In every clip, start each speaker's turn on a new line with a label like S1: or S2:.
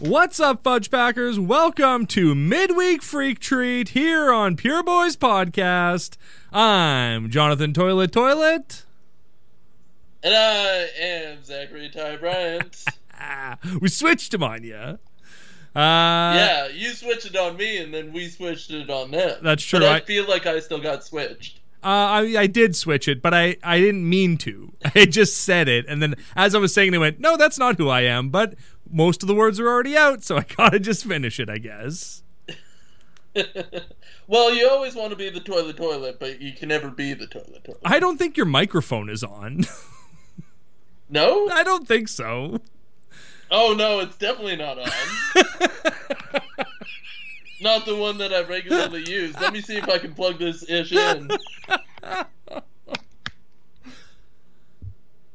S1: What's up, Fudge Packers? Welcome to Midweek Freak Treat here on Pure Boys Podcast. I'm Jonathan Toilet Toilet.
S2: And I am Zachary Ty Bryant.
S1: Ah, we switched him on you. Uh,
S2: yeah, you switched it on me, and then we switched it on them.
S1: That's true,
S2: But I,
S1: I-
S2: feel like I still got switched.
S1: Uh, I, I did switch it, but I, I didn't mean to. I just said it, and then as I was saying, it, I went, "No, that's not who I am." But most of the words were already out, so I gotta just finish it, I guess.
S2: well, you always want to be the toilet toilet, but you can never be the toilet toilet.
S1: I don't think your microphone is on.
S2: No?
S1: I don't think so.
S2: Oh no, it's definitely not on. not the one that I regularly use. Let me see if I can plug this ish in.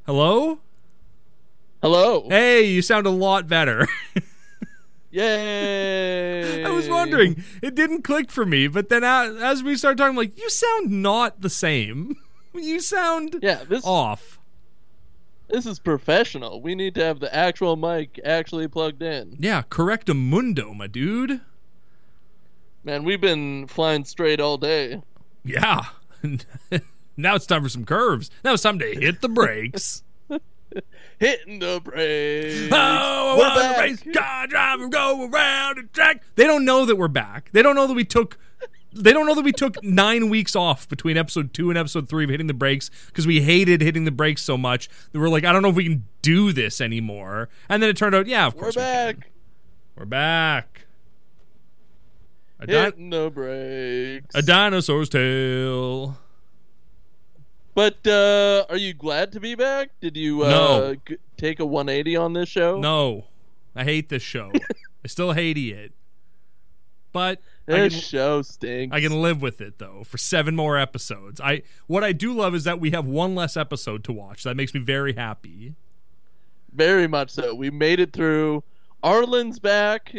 S1: Hello?
S2: Hello.
S1: Hey, you sound a lot better.
S2: Yay!
S1: I was wondering. It didn't click for me, but then as, as we started talking, I'm like, you sound not the same. You sound
S2: Yeah, this
S1: off.
S2: this is professional. We need to have the actual mic actually plugged in.
S1: Yeah, correct mundo, my dude.
S2: Man, we've been flying straight all day.
S1: Yeah. now it's time for some curves. Now it's time to hit the brakes.
S2: Hitting the brakes.
S1: oh, I
S2: We're
S1: want a
S2: back.
S1: race car driver, go around the track. They don't know that we're back. They don't know that we took. They don't know that we took nine weeks off between episode two and episode three of hitting the brakes because we hated hitting the brakes so much that we're like, I don't know if we can do this anymore. And then it turned out, yeah, of
S2: We're
S1: course We
S2: back.
S1: can. We're back. A, di-
S2: Hitting the brakes.
S1: a dinosaur's tail.
S2: but uh, are you glad to be back? Did you uh,
S1: No.
S2: g- take a 180 on this show?
S1: No, I hate this show. I still hate it, but I
S2: This
S1: can,
S2: show stinks.
S1: I can live with it though for seven more episodes. I what I do love is that we have one less episode to watch. That makes me very happy.
S2: Very much so. We made it through. Arlen's back,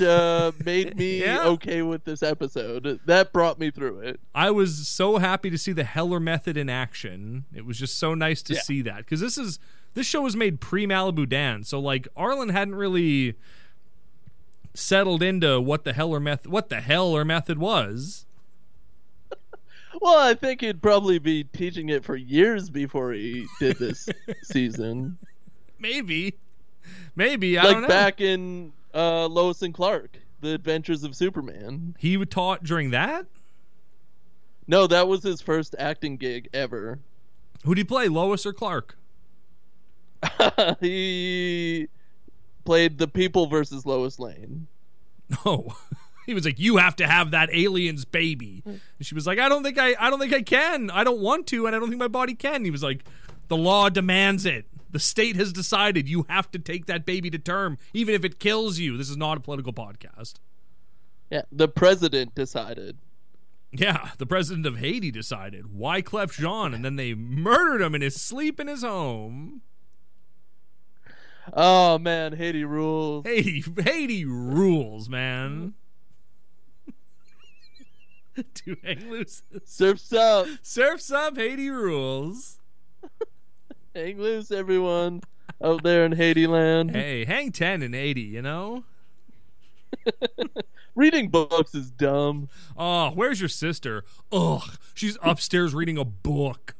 S2: uh, made me
S1: Yeah.
S2: okay with this episode. That brought me through it.
S1: I was so happy to see the Heller method in action. It was just so nice to
S2: Yeah.
S1: see that because this is this show was made pre Malibu Dan, so like Arlen hadn't really settled into what the Heller method what the Heller method was.
S2: Well, I think he'd probably be teaching it for years before he did this season.
S1: Maybe, maybe I don't
S2: Like
S1: know.
S2: back in uh, Lois and Clark, The Adventures of Superman.
S1: He taught during that.
S2: No, that was his first acting gig ever.
S1: Who do you play, Lois or Clark?
S2: he played The People versus Lois Lane.
S1: No. He was like, "You have to have that alien's baby," and she was like, "I don't think I, I don't think I can. I don't want to, and I don't think my body can." He was like, "The law demands it. The state has decided you have to take that baby to term, even if it kills you." This is not a political podcast.
S2: Yeah, the president decided.
S1: Yeah, the president of Haiti decided why Clef Jean, and then they murdered him in his sleep in his home.
S2: Oh man, Haiti rules.
S1: Haiti, Haiti rules, man. Two hang loose.
S2: Surfs up,
S1: Surf's up, Haiti rules.
S2: hang loose, everyone out there in Haiti land.
S1: Hey, hang 10 and 80, you know?
S2: Reading books is dumb.
S1: Oh, where's your sister? Ugh, she's upstairs reading a book.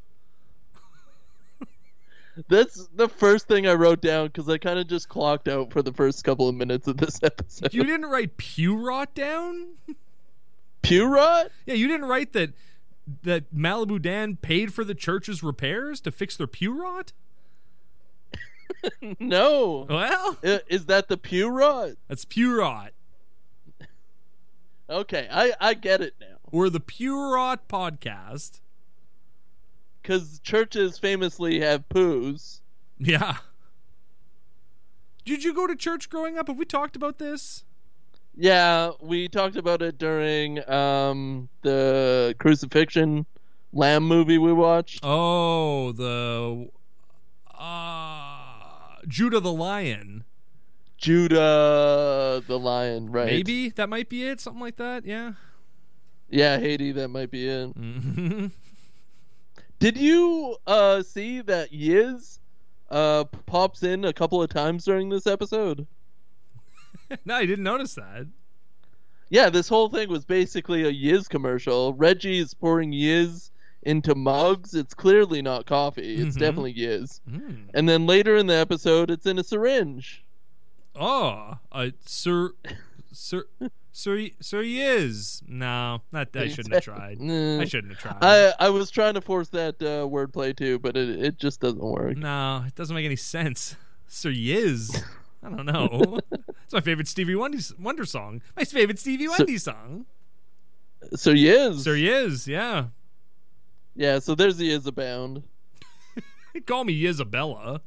S2: That's the first thing I wrote down because I kind of just clocked out for the first couple of minutes of this episode.
S1: You didn't write pew rot down?
S2: Pew rot?
S1: Yeah, you didn't write that that Malibu Dan paid for the church's repairs to fix their pew rot?
S2: No.
S1: Well,
S2: I- Is that the pew rot?
S1: that's pew rot.
S2: Okay, I I get it now.
S1: We're the pew rot podcast.
S2: Because churches famously have poos.
S1: Yeah. Did you go to church growing up? Have we talked about this?
S2: Yeah, we talked about it during um the crucifixion lamb movie we watched.
S1: Oh, the uh, Judah the Lion.
S2: Judah the lion, right?
S1: Maybe that might be it, something like that. Yeah.
S2: Yeah, Haiti, that might be it.
S1: Mhm.
S2: Did you uh see that Yiz uh pops in a couple of times during this episode?
S1: no, I didn't notice that.
S2: Yeah, this whole thing was basically a Yiz commercial. Reggie is pouring Yiz into mugs. It's clearly not coffee. It's
S1: Mhm.
S2: definitely Yiz.
S1: Mm.
S2: And then later in the episode, it's in a syringe.
S1: Oh, uh, sir, sir, sir, sir, he is. No, not I shouldn't have tried.
S2: Mm.
S1: I shouldn't have tried.
S2: I, I was trying to force that uh, wordplay too, but it, it just doesn't work.
S1: No, it doesn't make any sense. Sir Yiz. I don't know. it's my favorite Stevie Wonder, Wonder song. My favorite Stevie Wonder song. Mm-hmm.
S2: So Yiz.
S1: Sir Yiz, yeah.
S2: Yeah, so there's the Yiz abound.
S1: Call me Isabella.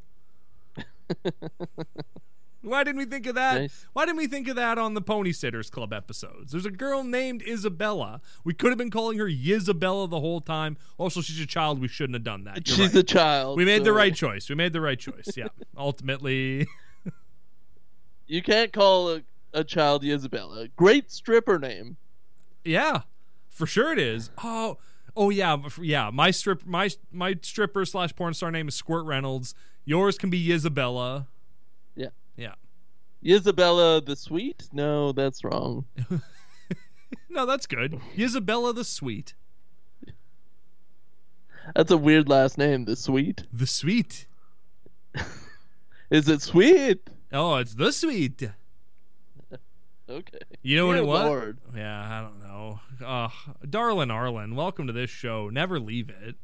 S1: Why didn't we think of that?
S2: Nice.
S1: Why didn't we think of that on the Pony Sitters Club episodes? There's a girl named Isabella. We could have been calling her Isabella the whole time. Also, she's a child. We shouldn't have done that. You're
S2: She's
S1: right.
S2: a child.
S1: we made the
S2: so
S1: right choice. We made the right choice. Yeah. Ultimately,
S2: You can't call a, a child Isabella. Great stripper name.
S1: Yeah, for sure it is. Oh, oh yeah, f- yeah. My strip, my my stripper slash porn star name is Squirt Reynolds. Yours can be Isabella.
S2: Yeah.
S1: yeah.
S2: Isabella the Sweet? No, that's wrong.
S1: No, that's good. Isabella the Sweet,
S2: That's a weird last name, the Sweet.
S1: the Sweet.
S2: Is it sweet?
S1: Oh, it's the Sweet.
S2: Okay.
S1: You know what
S2: Dear
S1: it was?
S2: Lord.
S1: Yeah, I don't know. Uh, darling Arlen, welcome to this show. Never leave it.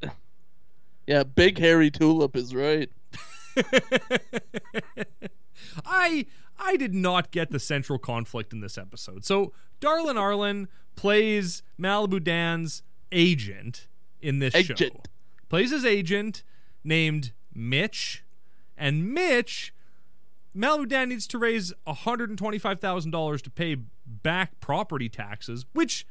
S2: Yeah, Big Hairy Tulip is right.
S1: I I did not get the central conflict in this episode. So Darlin Arlen plays Malibu Dan's agent in this show.
S2: Agent.
S1: Plays his agent named Mitch, and Mitch Malibu Dan needs to raise hundred and twenty five thousand dollars to pay back property taxes, which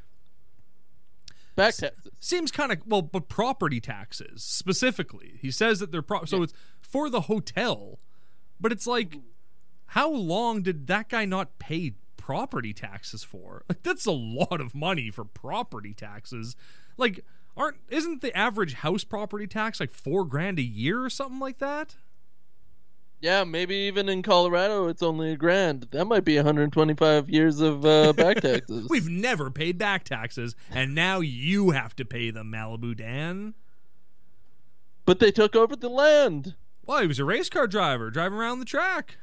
S2: Back taxes.
S1: seems kind of well, but property taxes specifically. He says that they're pro- so it's for the hotel, but it's like, how long did that guy not pay property taxes for? Like that's a lot of money for property taxes. Like aren't isn't the average house property tax like four grand a year or something like that?
S2: Yeah, maybe even in Colorado, it's only a grand. That might be 125 years of uh, back taxes.
S1: We've never paid back taxes, and now you have to pay them, Malibu Dan.
S2: But they took over the land.
S1: Well, he was a race car driver driving around the track.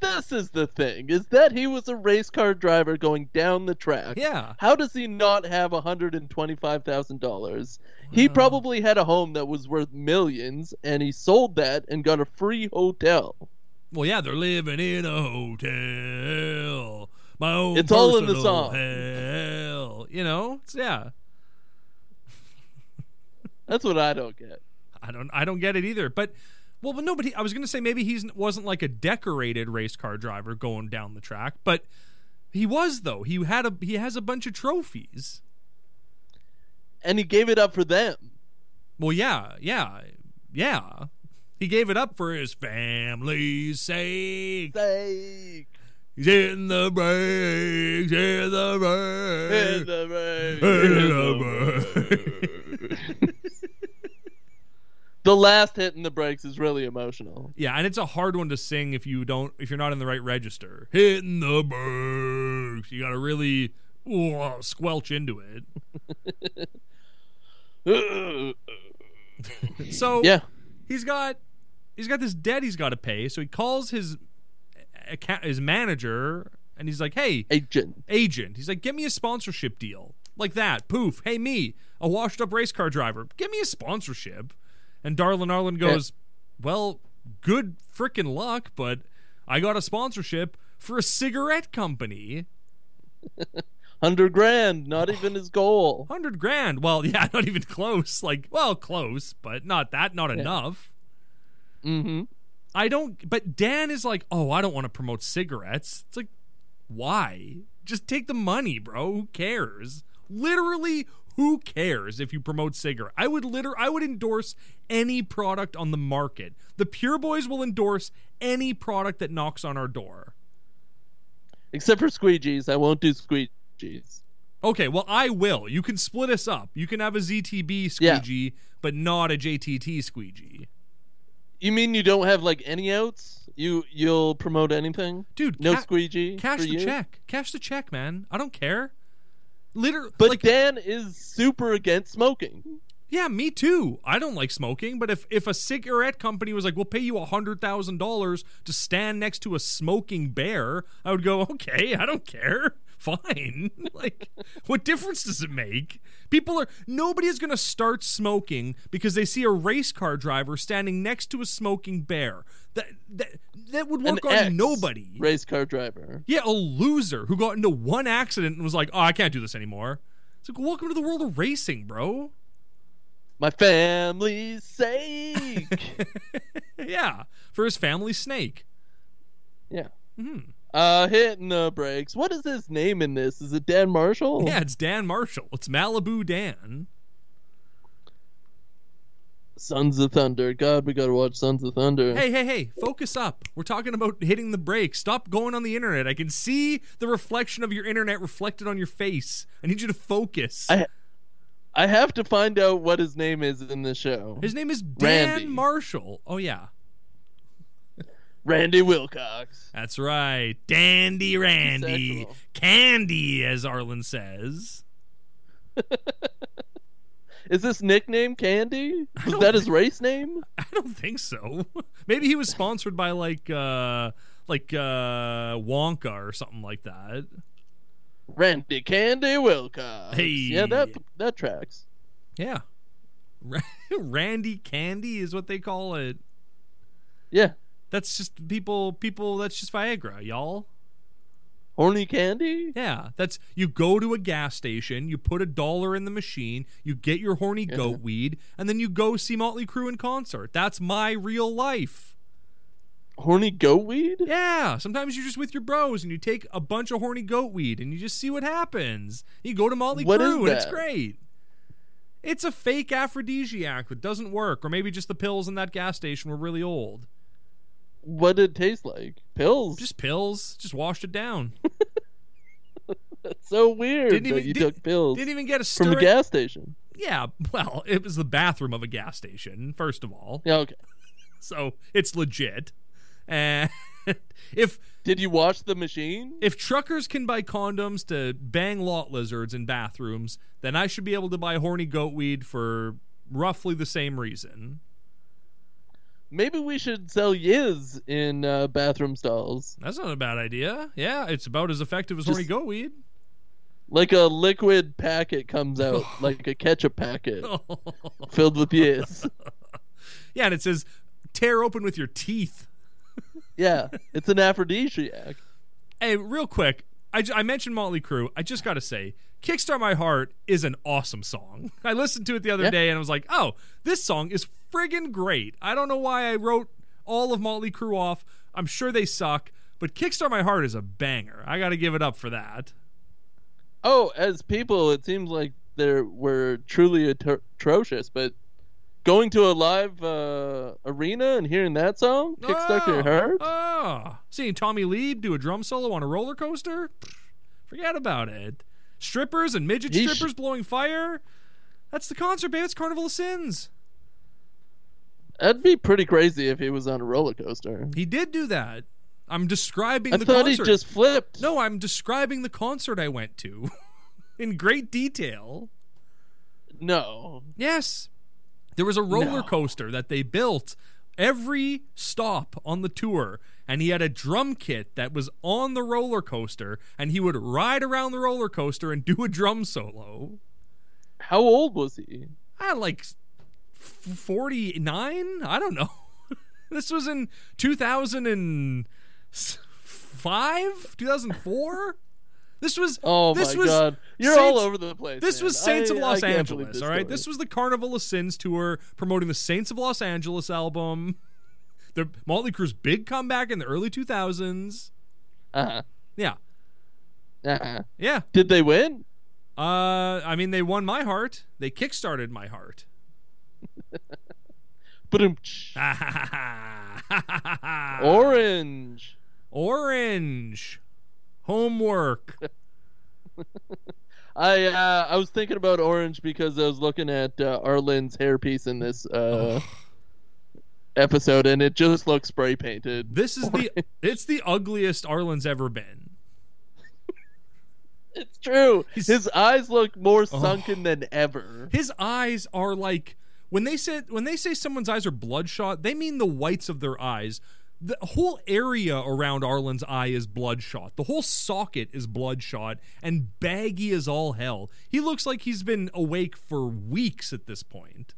S2: This is the thing: is that he was a race car driver going down the track.
S1: Yeah.
S2: How does he not have $125,000? He
S1: Wow.
S2: probably had a home that was worth millions, and he sold that and got a free hotel.
S1: Well, yeah, they're living in a hotel. My own.
S2: It's all in the
S1: personal
S2: song.
S1: Hell, you know. It's, yeah,
S2: That's what I don't get.
S1: I don't. I don't get it either. But well, but nobody. I was gonna say maybe he wasn't like a decorated race car driver going down the track, but he was though. He had a. He has a bunch of trophies.
S2: And he gave it up for them.
S1: Well, yeah, yeah, yeah. He gave it up for his family's sake.
S2: Say,
S1: He's in the breaks. In the breaks.
S2: in the rain, in
S1: yeah,
S2: The last hit in the breaks is really emotional.
S1: and it's a hard one to sing if you don't if you're not in the right register. Hitting the birds. You got to really ooh, squelch into it. Oh. So
S2: yeah.
S1: he's got he's got this debt he's got to pay. So he calls his account, his manager and he's like, "Hey,
S2: Agent.
S1: agent. He's like, "Get me a sponsorship deal." Like that. Poof. Hey me, a washed up race car driver. Give me a sponsorship. And Darlin Arlen goes, "Well, good freaking luck, but I got a sponsorship for a cigarette company.
S2: 100 grand, not even his goal.
S1: 100 grand. Well, yeah, not even close. Like, well, close, but not that, not enough."
S2: Mm-hmm.
S1: I don't but Dan is like, "Oh, I don't want to promote cigarettes." It's like, "Why? Just take the money, bro. Who cares?" Literally, who cares if you promote cigarette? I would liter I would endorse any product on the market. The Pure Boys will endorse any product that knocks on our door.
S2: Except for squeegees. I won't do squeegees.
S1: Okay, well, I will. You can split us up. You can have a ZTB
S2: Yeah.
S1: squeegee, but not a JTT squeegee.
S2: You mean you don't have, like, any outs? You you'll promote anything?
S1: Dude,
S2: No
S1: ca-
S2: squeegee.
S1: cash
S2: for
S1: the
S2: you?
S1: check. Cash the check, man. I don't care. Literally,
S2: But
S1: like,
S2: Dan is super against smoking.
S1: yeah, me too. I don't like smoking, but if if a cigarette company was like, "We'll pay you a hundred thousand dollars to stand next to a smoking bear," I would go, "Okay, I don't care." Fine. Like, what difference does it make? People are nobody is going to start smoking because they see a race car driver standing next to a smoking bear. That that that would
S2: An
S1: work on
S2: ex
S1: nobody.
S2: Race car driver.
S1: Yeah, a loser who got into one accident and was like, "Oh, I can't do this anymore." It's like, "Welcome to the world of racing, bro."
S2: My family's sake.
S1: yeah, for his family snake.
S2: yeah.
S1: hmm
S2: Uh, hitting the brakes. What is his name in this? Is it Dan Marshall?
S1: Yeah, it's Dan Marshall. It's Malibu Dan.
S2: Sons of Thunder. God, we gotta watch Sons of Thunder.
S1: Hey, hey, hey, focus up. We're talking about hitting the brakes. Stop going on the internet. I can see the reflection of your internet reflected on your face. I need you to focus.
S2: I- I have to find out what his name is in the show.
S1: his name is Dan
S2: Randy.
S1: Marshall. Oh yeah.
S2: Randy Wilcox.
S1: That's right. Dandy Randy.
S2: Sexual.
S1: Candy as Arlen says.
S2: Is this nickname Candy? Was
S1: don't
S2: that his race name?
S1: I don't think so. Maybe he was sponsored by like uh like uh Wonka or something like that.
S2: Randy Candy Wilcox.
S1: Hey.
S2: Yeah, that that tracks.
S1: Yeah. Ra- Randy Candy is what they call it.
S2: Yeah.
S1: That's just people people that's just Viagra, y'all.
S2: Horny Candy?
S1: Yeah, that's you go to a gas station, you put a dollar in the machine, you get your horny
S2: Yeah.
S1: goat weed, and then you go see Motley Crue in concert. That's my real life.
S2: Horny goat weed?
S1: Yeah, sometimes you're just with your bros and you take a bunch of horny goat weed and you just see what happens. You go to Motley
S2: What is
S1: Crue and it's
S2: that?
S1: great. It's a fake aphrodisiac that doesn't work, or maybe just the pills in that gas station were really old.
S2: What did it taste like? Pills.
S1: Just pills, just washed it down.
S2: That's so weird
S1: Didn't
S2: that
S1: even-
S2: you
S1: did-
S2: took pills
S1: Didn't even get a stir.
S2: from a gas station.
S1: yeah, well, it was the bathroom of a gas station, first of all.
S2: Yeah, okay.
S1: So it's legit. And if
S2: Did you watch the machine?
S1: if truckers can buy condoms to bang lot lizards in bathrooms, then I should be able to buy horny goat weed for roughly the same reason.
S2: Maybe we should sell Yiz in uh, bathroom stalls.
S1: That's not a bad idea. Yeah, it's about as effective as
S2: Just-
S1: horny goat weed.
S2: Like a liquid packet comes out, like a ketchup packet filled with Yiz.
S1: yeah, and it says tear open with your teeth.
S2: Yeah, it's an aphrodisiac.
S1: Hey, real quick, I, ju- I mentioned Motley Crue. I just got to say, Kickstart My Heart is an awesome song. I listened to it the other
S2: Yeah.
S1: day and I was like, oh, this song is friggin' great. I don't know why I wrote all of Motley Crue off. I'm sure they suck, but Kickstart My Heart is a banger. I got to give it up for that.
S2: Oh, as people, it seems like they were truly atro- atrocious, but going to a live uh, arena and hearing that song, Kickstart
S1: Oh,
S2: Your Heart?
S1: Oh, seeing Tommy Lee do a drum solo on a roller coaster? Pfft, Forget about it. Strippers and midget
S2: Yeesh.
S1: strippers blowing fire? That's the concert, babe. It's Carnival of Sins.
S2: That'd be pretty crazy if he was on a roller coaster.
S1: He did do that. I'm describing
S2: I
S1: the
S2: thought
S1: concert.
S2: he just flipped.
S1: No, I'm describing the concert I went to in great detail.
S2: No.
S1: Yes. There was a roller
S2: No.
S1: coaster that they built every stop on the tour, and he had a drum kit that was on the roller coaster, and he would ride around the roller coaster and do a drum solo.
S2: How old was he?
S1: I like 49? I don't know. this was in 2005, 2004. This was
S2: Oh
S1: this
S2: my
S1: was
S2: god. You're all
S1: Saints-
S2: over the place.
S1: This
S2: man.
S1: was Saints
S2: I-
S1: of
S2: I
S1: Los
S2: can't believe
S1: Angeles, all right?
S2: story.
S1: This was the Carnival of Sins tour promoting the Saints of Los Angeles album. The Motley Crue's big comeback in the early 2000s.
S2: Uh-huh.
S1: Yeah.
S2: Uh-huh.
S1: Yeah.
S2: Did they win?
S1: Uh I mean they won my heart. They kickstarted my heart.
S2: Boom.
S1: Ah.
S2: Orange.
S1: Orange. Homework.
S2: I uh, I was thinking about orange because I was looking at uh, Arlen's hairpiece in this uh, episode, and it just looks spray painted.
S1: This is the it's the ugliest Arlen's ever been.
S2: It's true.
S1: He's-
S2: His eyes look more sunken than ever.
S1: His eyes are like when they said when they say someone's eyes are bloodshot, they mean the whites of their eyes. The whole area around Arlen's eye is bloodshot. The whole socket is bloodshot and baggy as all hell. He looks like he's been awake for weeks at this point.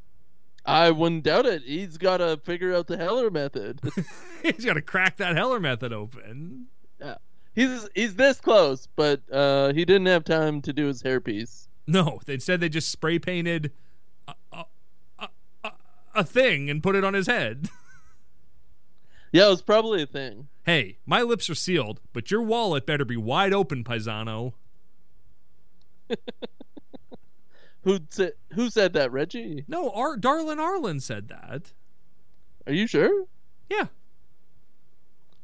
S2: I wouldn't doubt it. He's got to figure out the Heller method.
S1: he's got to crack that Heller method open.
S2: he's he's this close, but uh, he didn't have time to do his hairpiece.
S1: No, instead they just spray painted a, a, a, a thing and put it on his head.
S2: Yeah, it was probably a thing.
S1: hey, my lips are sealed, but your wallet better be wide open, Paisano.
S2: Who said who said that, Reggie?
S1: No, Ar- Darlin Arlen said that.
S2: Are you sure?
S1: Yeah.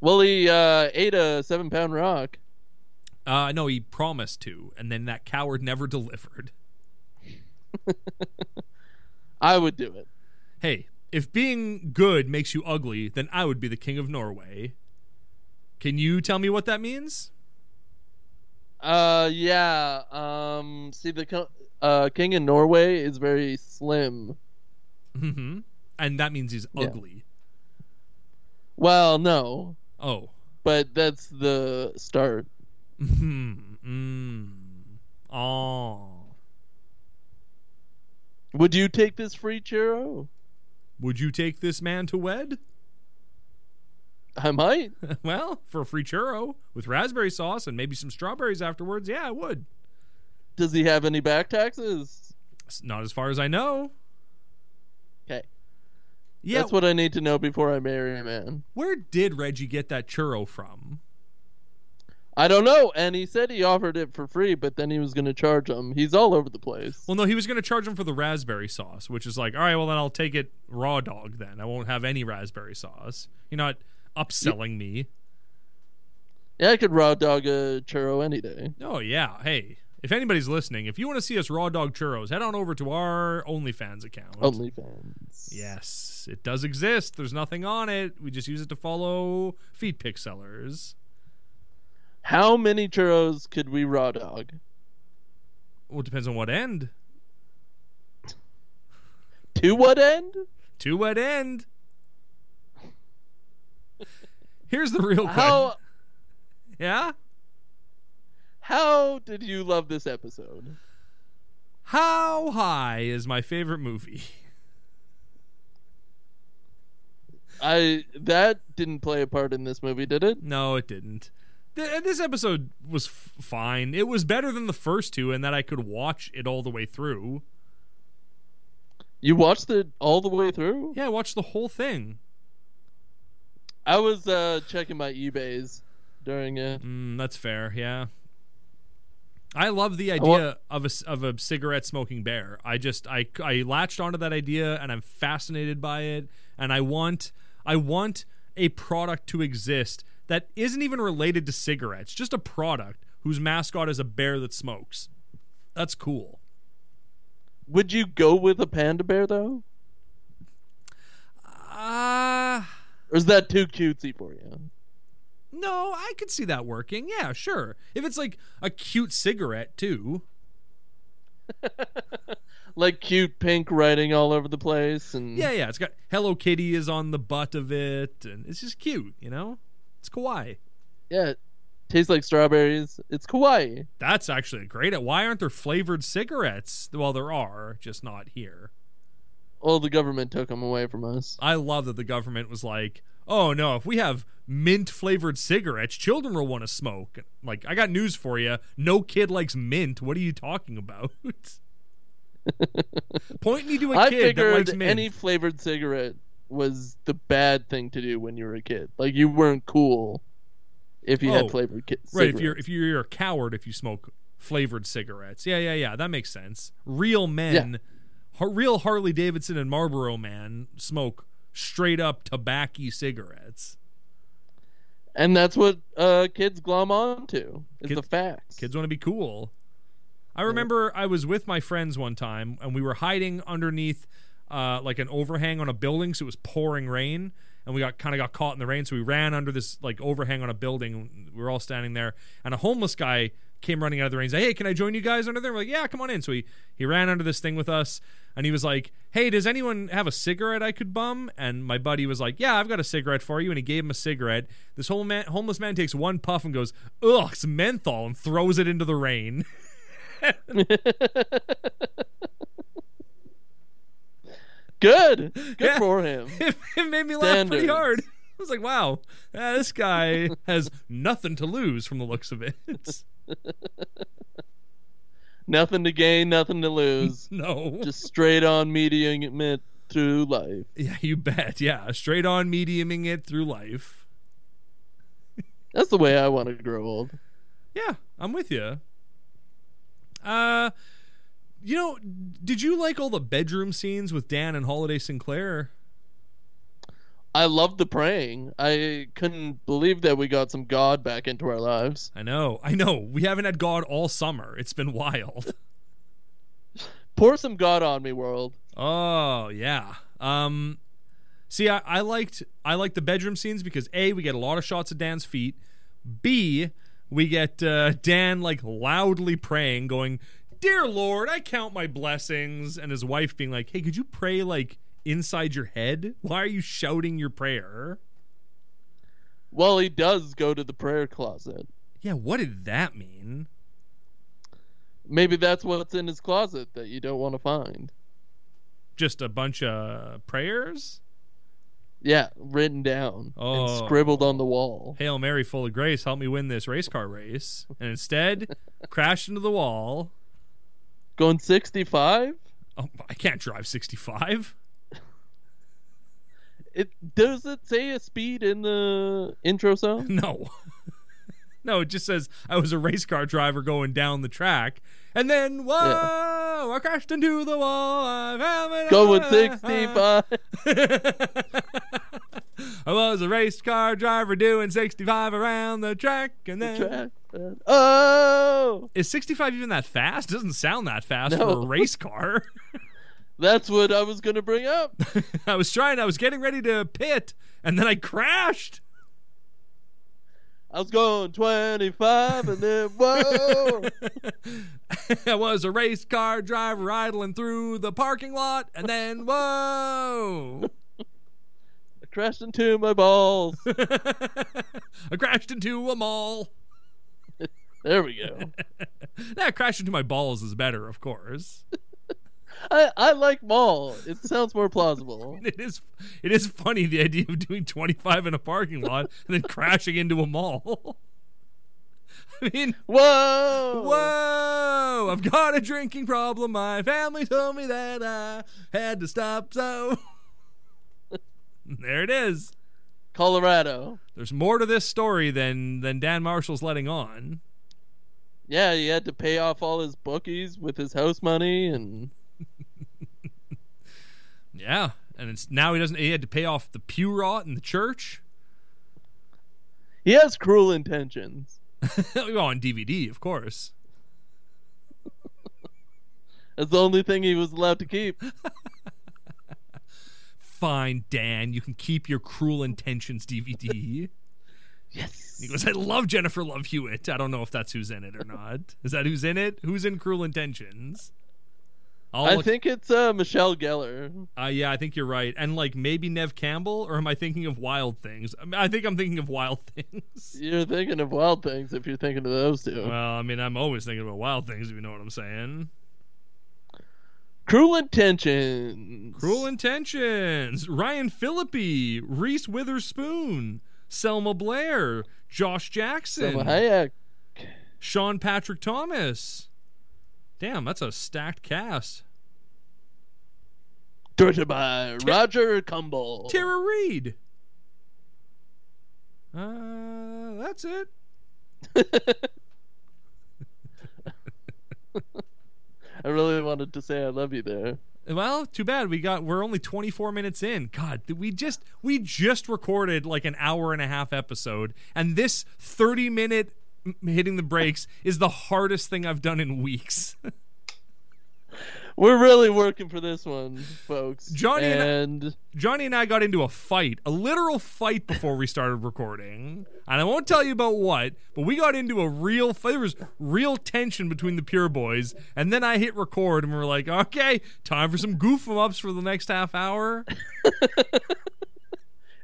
S2: Well, he uh, ate a seven pound rock.
S1: Uh, no, he promised to, and then that coward never delivered.
S2: I would do it.
S1: Hey, if being good makes you ugly, then I would be the king of Norway. Can you tell me what that means?
S2: Uh, yeah. Um, see, the co- uh, king in Norway is very slim.
S1: hmm And that means he's
S2: Yeah.
S1: ugly.
S2: Well, no,
S1: Oh.
S2: but that's the start.
S1: Hmm. Mm. Oh.
S2: Would you take this free churro?
S1: Would you take this man to wed?
S2: I might.
S1: well, for a free churro with raspberry sauce and maybe some strawberries afterwards, yeah, I would.
S2: Does he have any back taxes?
S1: It's not as far as I know.
S2: 'Kay.
S1: Yeah.
S2: That's what I need to know before I marry a man.
S1: where did Reggie get that churro from?
S2: I don't know. And he said he offered it for free, but then he was going to charge him. He's all over the place.
S1: Well, no, he was going to charge him for the raspberry sauce, which is like, all right, well then I'll take it raw dog. Then I won't have any raspberry sauce. You're not upselling me.
S2: Yeah, I could raw dog a churro any day.
S1: Oh yeah. Hey, if anybody's listening, if you want to see us raw dog churros, head on over to our OnlyFans account.
S2: Oh, OnlyFans.
S1: Yes, it does exist. There's nothing on it. We just use it to follow feed pick sellers.
S2: How many churros could we raw dog?
S1: Well, it depends on what end.
S2: To what end?
S1: To what end? Here's the real question.
S2: How
S1: Yeah?
S2: how did you love this episode?
S1: How high is my favorite movie?
S2: I that didn't play a part in this movie, did it?
S1: No, it didn't. Th- uh, this episode was f- fine. It was better than the first two, and that I could watch it all the way through.
S2: You watched it all the way through?
S1: Yeah, I watched the whole thing.
S2: I was uh checking my eBays during it.
S1: Mm, that's fair. Yeah. I love the idea
S2: wa-
S1: of a c- of a cigarette smoking bear. I just I I latched onto that idea and I'm fascinated by it and I want I want a product to exist that isn't even related to cigarettes, just a product whose mascot is a bear that smokes. That's cool.
S2: Would you go with a panda bear though?
S1: Uh
S2: Or is that too cutesy for you?
S1: no, I could see that working. Yeah, sure. If it's like a cute cigarette too.
S2: Like cute pink writing all over the place and
S1: Yeah, yeah. It's got Hello Kitty is on the butt of it, and it's just cute, you know? It's kawaii.
S2: yeah, it tastes like strawberries. It's kawaii.
S1: That's actually great. Why aren't there flavored cigarettes? Well, there are, just not here.
S2: Well, the government took them away from us.
S1: I love that the government was like, oh no, if we have mint flavored cigarettes, children will want to smoke. Like, I got news for you. No kid likes mint. What are you talking about? Point me to a
S2: I
S1: kid that
S2: figured
S1: likes mint.
S2: any flavored cigarette was the bad thing to do when you were a kid. Like you weren't cool if you
S1: Oh,
S2: had flavored ki-
S1: Right,
S2: cigarettes.
S1: if you're if you're a coward if you smoke flavored cigarettes. Yeah, yeah, yeah, that makes sense. Real men, har- real Harley Davidson and Marlboro man smoke straight up tobacco cigarettes.
S2: and that's what uh, kids glom onto. Is
S1: Kids-
S2: the facts.
S1: Kids want to be cool. I remember I was with my friends one time and we were hiding underneath uh, like an overhang on a building, so it was pouring rain, and we got kind of got caught in the rain, so we ran under this like overhang on a building. We were all standing there, and a homeless guy came running out of the rain. He's like, "Hey, can I join you guys under there?" We're like, "Yeah, come on in." So he he ran under this thing with us, and he was like, "Hey, does anyone have a cigarette I could bum?" And my buddy was like, "Yeah, I've got a cigarette for you." And he gave him a cigarette. This whole man, homeless man takes one puff and goes, "Ugh, it's menthol," and throws it into the rain.
S2: Good. Good
S1: Yeah.
S2: for him.
S1: it, it made me laugh pretty hard.
S2: Standards.
S1: I was like, "Wow, uh, this guy has nothing to lose from the looks of it."
S2: Nothing to gain, nothing to lose.
S1: no,
S2: Just straight on mediating it through life.
S1: yeah, you bet. Yeah, straight on mediuming it through life.
S2: That's the way I want to grow old.
S1: Yeah, I'm with you. Uh, you know, did you like all the bedroom scenes with Dan and Holiday Sinclair?
S2: I love the praying. I couldn't believe that we got some God back into our lives.
S1: I know, I know. We haven't had God all summer. It's been wild.
S2: Pour some God on me, world.
S1: Oh yeah. Um, see, I, I liked I liked the bedroom scenes because a we get a lot of shots of Dan's feet. B we get uh, Dan like loudly praying, going, "Dear Lord, I count my blessings," and his wife being like, "Hey, could you pray like inside your head? Why are you shouting your prayer?"
S2: Well, he does go to the prayer closet.
S1: Yeah, what did that mean?
S2: Maybe that's what's in his closet that you don't want to find.
S1: Just a bunch of prayers?
S2: Yeah, written down
S1: Oh.
S2: and scribbled on the wall.
S1: Hail Mary, full of grace, help me win this race car race. And instead, crashed into the wall.
S2: Going 65?
S1: Oh, I can't drive 65.
S2: It does it say a speed in the intro song?
S1: No. no, it just says I was a race car driver going down the track. And then, whoa, I crashed into the wall. Ah. I'm having a-
S2: Going 65.
S1: I was a race car driver doing 65 around the track. And then.
S2: Track. Oh,
S1: Is 65 even that fast? Doesn't sound that fast
S2: No.
S1: for a race car.
S2: that's what I was gonna bring up.
S1: I was trying, I was getting ready to pit, and then I crashed.
S2: I was going 25, and then whoa.
S1: I was a race car driver idling through the parking lot, and then whoa,
S2: I crashed into my balls.
S1: I crashed into a mall.
S2: There we go.
S1: That crash into my balls is better, of course.
S2: I, I like mall. It sounds more plausible.
S1: It is, it is funny the idea of doing 25 in a parking lot and then crashing into a mall. I mean,
S2: Whoa!
S1: whoa! I've got a drinking problem. My family told me that I had to stop, so there it is.
S2: Colorado.
S1: there's more to this story than than Dan Marshall's letting on.
S2: Yeah, he had to pay off all his bookies with his house money, and
S1: Yeah, and it's now he doesn't. He had to pay off the pew rot in the church.
S2: he has cruel intentions.
S1: well, Oh, on DVD, of course.
S2: That's the only thing he was allowed to keep.
S1: Fine, Dan, you can keep your Cruel Intentions DVD.
S2: Yes.
S1: he goes, I love Jennifer Love Hewitt. I don't know if that's who's in it or not. Is that who's in it? Who's in Cruel Intentions? I'll
S2: I
S1: look-
S2: think it's uh, Michelle Geller.
S1: Uh, yeah, I think you're right. And like maybe Nev Campbell, or am I thinking of Wild Things? I, mean, I think I'm thinking of Wild Things.
S2: You're thinking of Wild Things if you're thinking of those two.
S1: Well, I mean, I'm always thinking about Wild Things. If you know what I'm saying.
S2: Cruel Intentions.
S1: Cruel Intentions, Ryan Philippi, Reese Witherspoon, Selma Blair, Josh Jackson,
S2: Selma Hayek.
S1: Sean Patrick Thomas. Damn, that's a stacked cast.
S2: Directed by Roger Cumble.
S1: Tara Reid. Uh, that's it.
S2: I really wanted to say I love you there.
S1: Well, too bad we got we're only 24 minutes in. God, did we just we just recorded like an hour and a half episode and this 30 minute m- hitting the brakes is the hardest thing I've done in weeks.
S2: We're really working for this one, folks.
S1: Johnny and I-
S2: and
S1: Johnny and I got into a fight, a literal fight before we started recording. And I won't tell you about what, but we got into a real there was real tension between the Pure Boys. And then I hit record and we are like, "Okay, time for some goof 'em ups for the next half hour."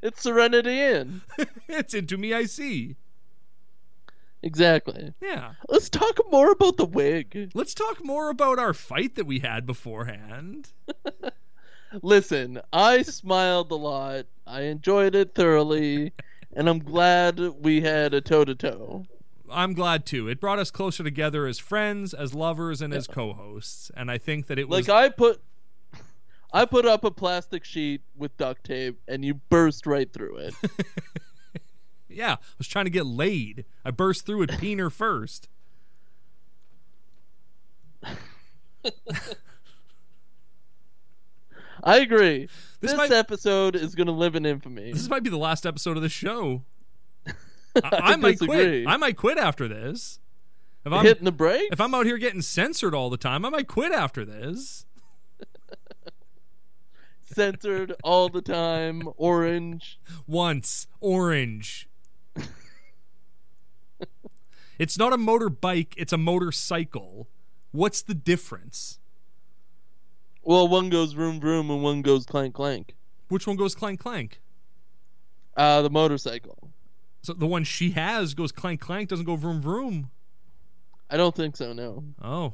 S2: it's Serenity Inn.
S1: it's into me I see.
S2: Exactly.
S1: Yeah.
S2: Let's talk more about the wig.
S1: Let's talk more about our fight that we had beforehand.
S2: Listen, I smiled a lot. I enjoyed it thoroughly, and I'm glad we had a toe to toe.
S1: I'm glad too. It brought us closer together as friends, as lovers, and as co-hosts. And I think that it was
S2: Like I put I put up a plastic sheet with duct tape and you burst right through it.
S1: Yeah, I was trying to get laid. I burst through it peener first.
S2: I agree.
S1: This
S2: This,
S1: might-
S2: episode is going to live in infamy.
S1: This might be the last episode of the show.
S2: I
S1: I, I might
S2: disagree.
S1: quit. I might quit after this. If I'm
S2: Hitting the brakes?
S1: if I'm out here getting censored all the time, I might quit after this.
S2: censored all the time, orange.
S1: Once orange. it's not a motorbike, it's a motorcycle. What's the difference?
S2: Well, one goes vroom vroom and one goes clank clank.
S1: Which one goes clank clank?
S2: Uh, the motorcycle.
S1: So the one she has goes clank clank, doesn't go vroom vroom.
S2: I don't think so. No.
S1: Oh.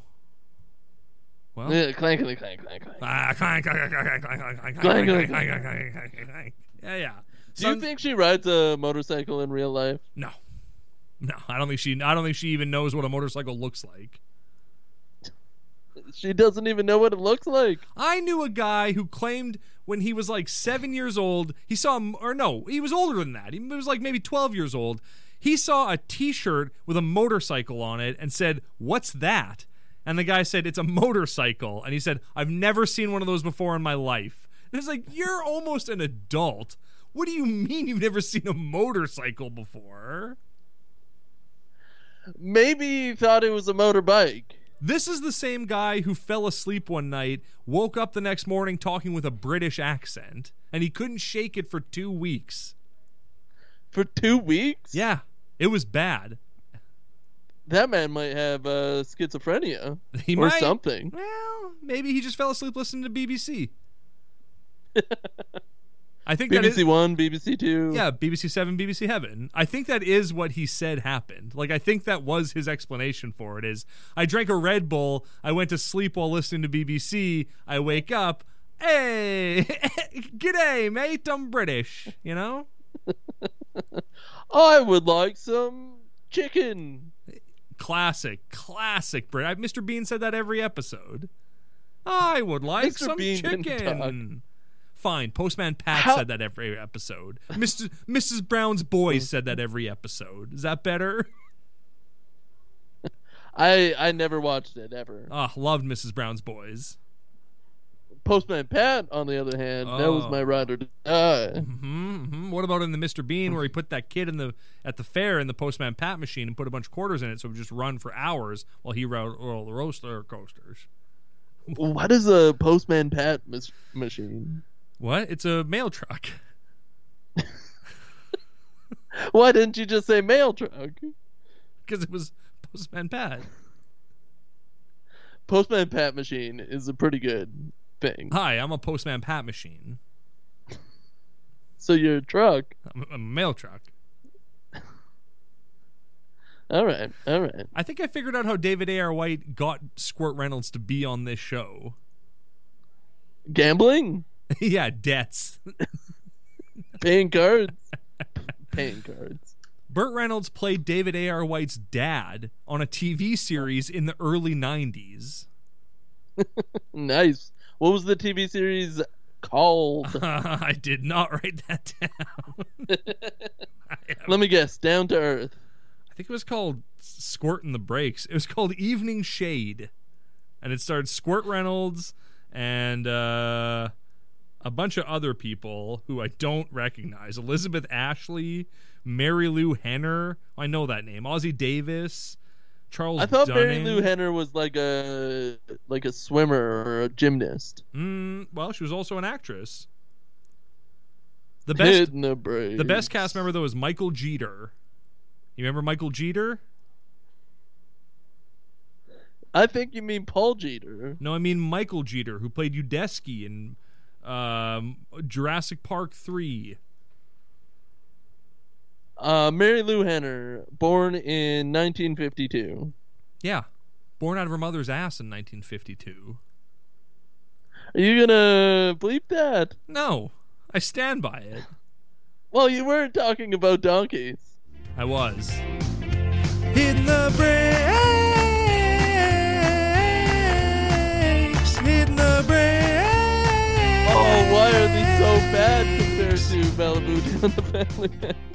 S1: Well,
S2: Yeah, clank clank clank clank. clank.
S1: Ah, clank, clank, clank, clank, clank, clank, clank, clank, clank, clank, clank, clank, clank. Yeah, yeah.
S2: Do you
S1: Some-
S2: think she rides a motorcycle in real life?
S1: No, no. I don't think she. I don't think she even knows what a motorcycle looks like.
S2: She doesn't even know what it looks like.
S1: I knew a guy who claimed when he was like seven years old, he saw, a- or no, he was older than that. He was like maybe twelve years old. He saw a T-shirt with a motorcycle on it and said, "What's that?" And the guy said, "It's a motorcycle." And he said, "I've never seen one of those before in my life." And it's like you're almost an adult. What do you mean you've never seen a motorcycle before?
S2: Maybe he thought it was a motorbike.
S1: This is the same guy who fell asleep one night, woke up the next morning talking with a British accent, and he couldn't shake it for two weeks.
S2: For two weeks?
S1: Yeah, it was bad.
S2: That man might have uh, schizophrenia
S1: He
S2: or
S1: might.
S2: something.
S1: Well, maybe he just fell asleep listening to BBC. I think that
S2: BBC
S1: is
S2: One, BBC Two.
S1: yeah, BBC Seven, BBC Heaven. I think that is what he said happened. Like I think that was his explanation for it. Is I drank a Red Bull, I went to sleep while listening to BBC. I wake up, hey, g'day, mate, I'm British. You know,
S2: I would like some chicken.
S1: classic, classic Brit. I- Mr. Bean said that every episode. I would like
S2: Mr.
S1: some
S2: Bean didn't
S1: chicken. Fine, Postman Pat
S2: How-
S1: said that every episode. Mr. Mrs. Brown's
S2: Hmm.
S1: boys said that every episode. Is that better?
S2: I I never watched it ever.
S1: Ah, loved Mrs. Brown's boys.
S2: Postman Pat, on the other hand, that was
S1: Oh.
S2: my ride or die.
S1: hmm What about in the Mr. Bean where he put that kid in the at the fair in the Postman Pat machine and put a bunch of quarters in it so it would just run for hours while he rode all the roller coasters?
S2: What is a Postman Pat mis- machine?
S1: What? It's a mail truck.
S2: Why didn't you just say mail truck?
S1: Because it was Postman Pat.
S2: Postman Pat machine is a pretty good thing.
S1: Hi, I'm a Postman Pat machine.
S2: So your truck.
S1: I'm a- I'm a mail truck.
S2: All right, all right.
S1: I think I figured out how David A.R. White got Squirt Reynolds to be on this show.
S2: Gambling,
S1: yeah, debts.
S2: paying cards, paying cards.
S1: Burt Reynolds played David A.R. White's dad on a TV series in the early 90s.
S2: Nice. What was the TV series called?
S1: I did not write that down.
S2: Let me guess. Down to Earth.
S1: I think it was called Squirtin' the Brakes. It was called Evening Shade. And it starred Squirt Reynolds and uh, a bunch of other people who I don't recognize. Elizabeth Ashley, Mary Lou Henner. I know that name. Ozzie Davis, Charles.
S2: I thought Mary
S1: Dunning.
S2: Lou Henner was like a like a swimmer or a gymnast.
S1: Mm, well, she was also an actress. The best,
S2: Hidden the
S1: the best cast member though is Michael Jeter. You remember Michael Jeter?
S2: I think you mean Paul Jeter.
S1: No, I mean Michael Jeter, who played Udesky in um, Jurassic Park Three.
S2: Uh, Mary Lou Henner, born in 1952.
S1: Yeah, born out of her mother's ass in 1952.
S2: Are you gonna bleep that?
S1: No, I stand by it.
S2: Well, you were talking about donkeys.
S1: I was. Hitting the brakes. Hitting the brakes.
S2: Oh, why are these so bad compared to Malibu down the family? Man?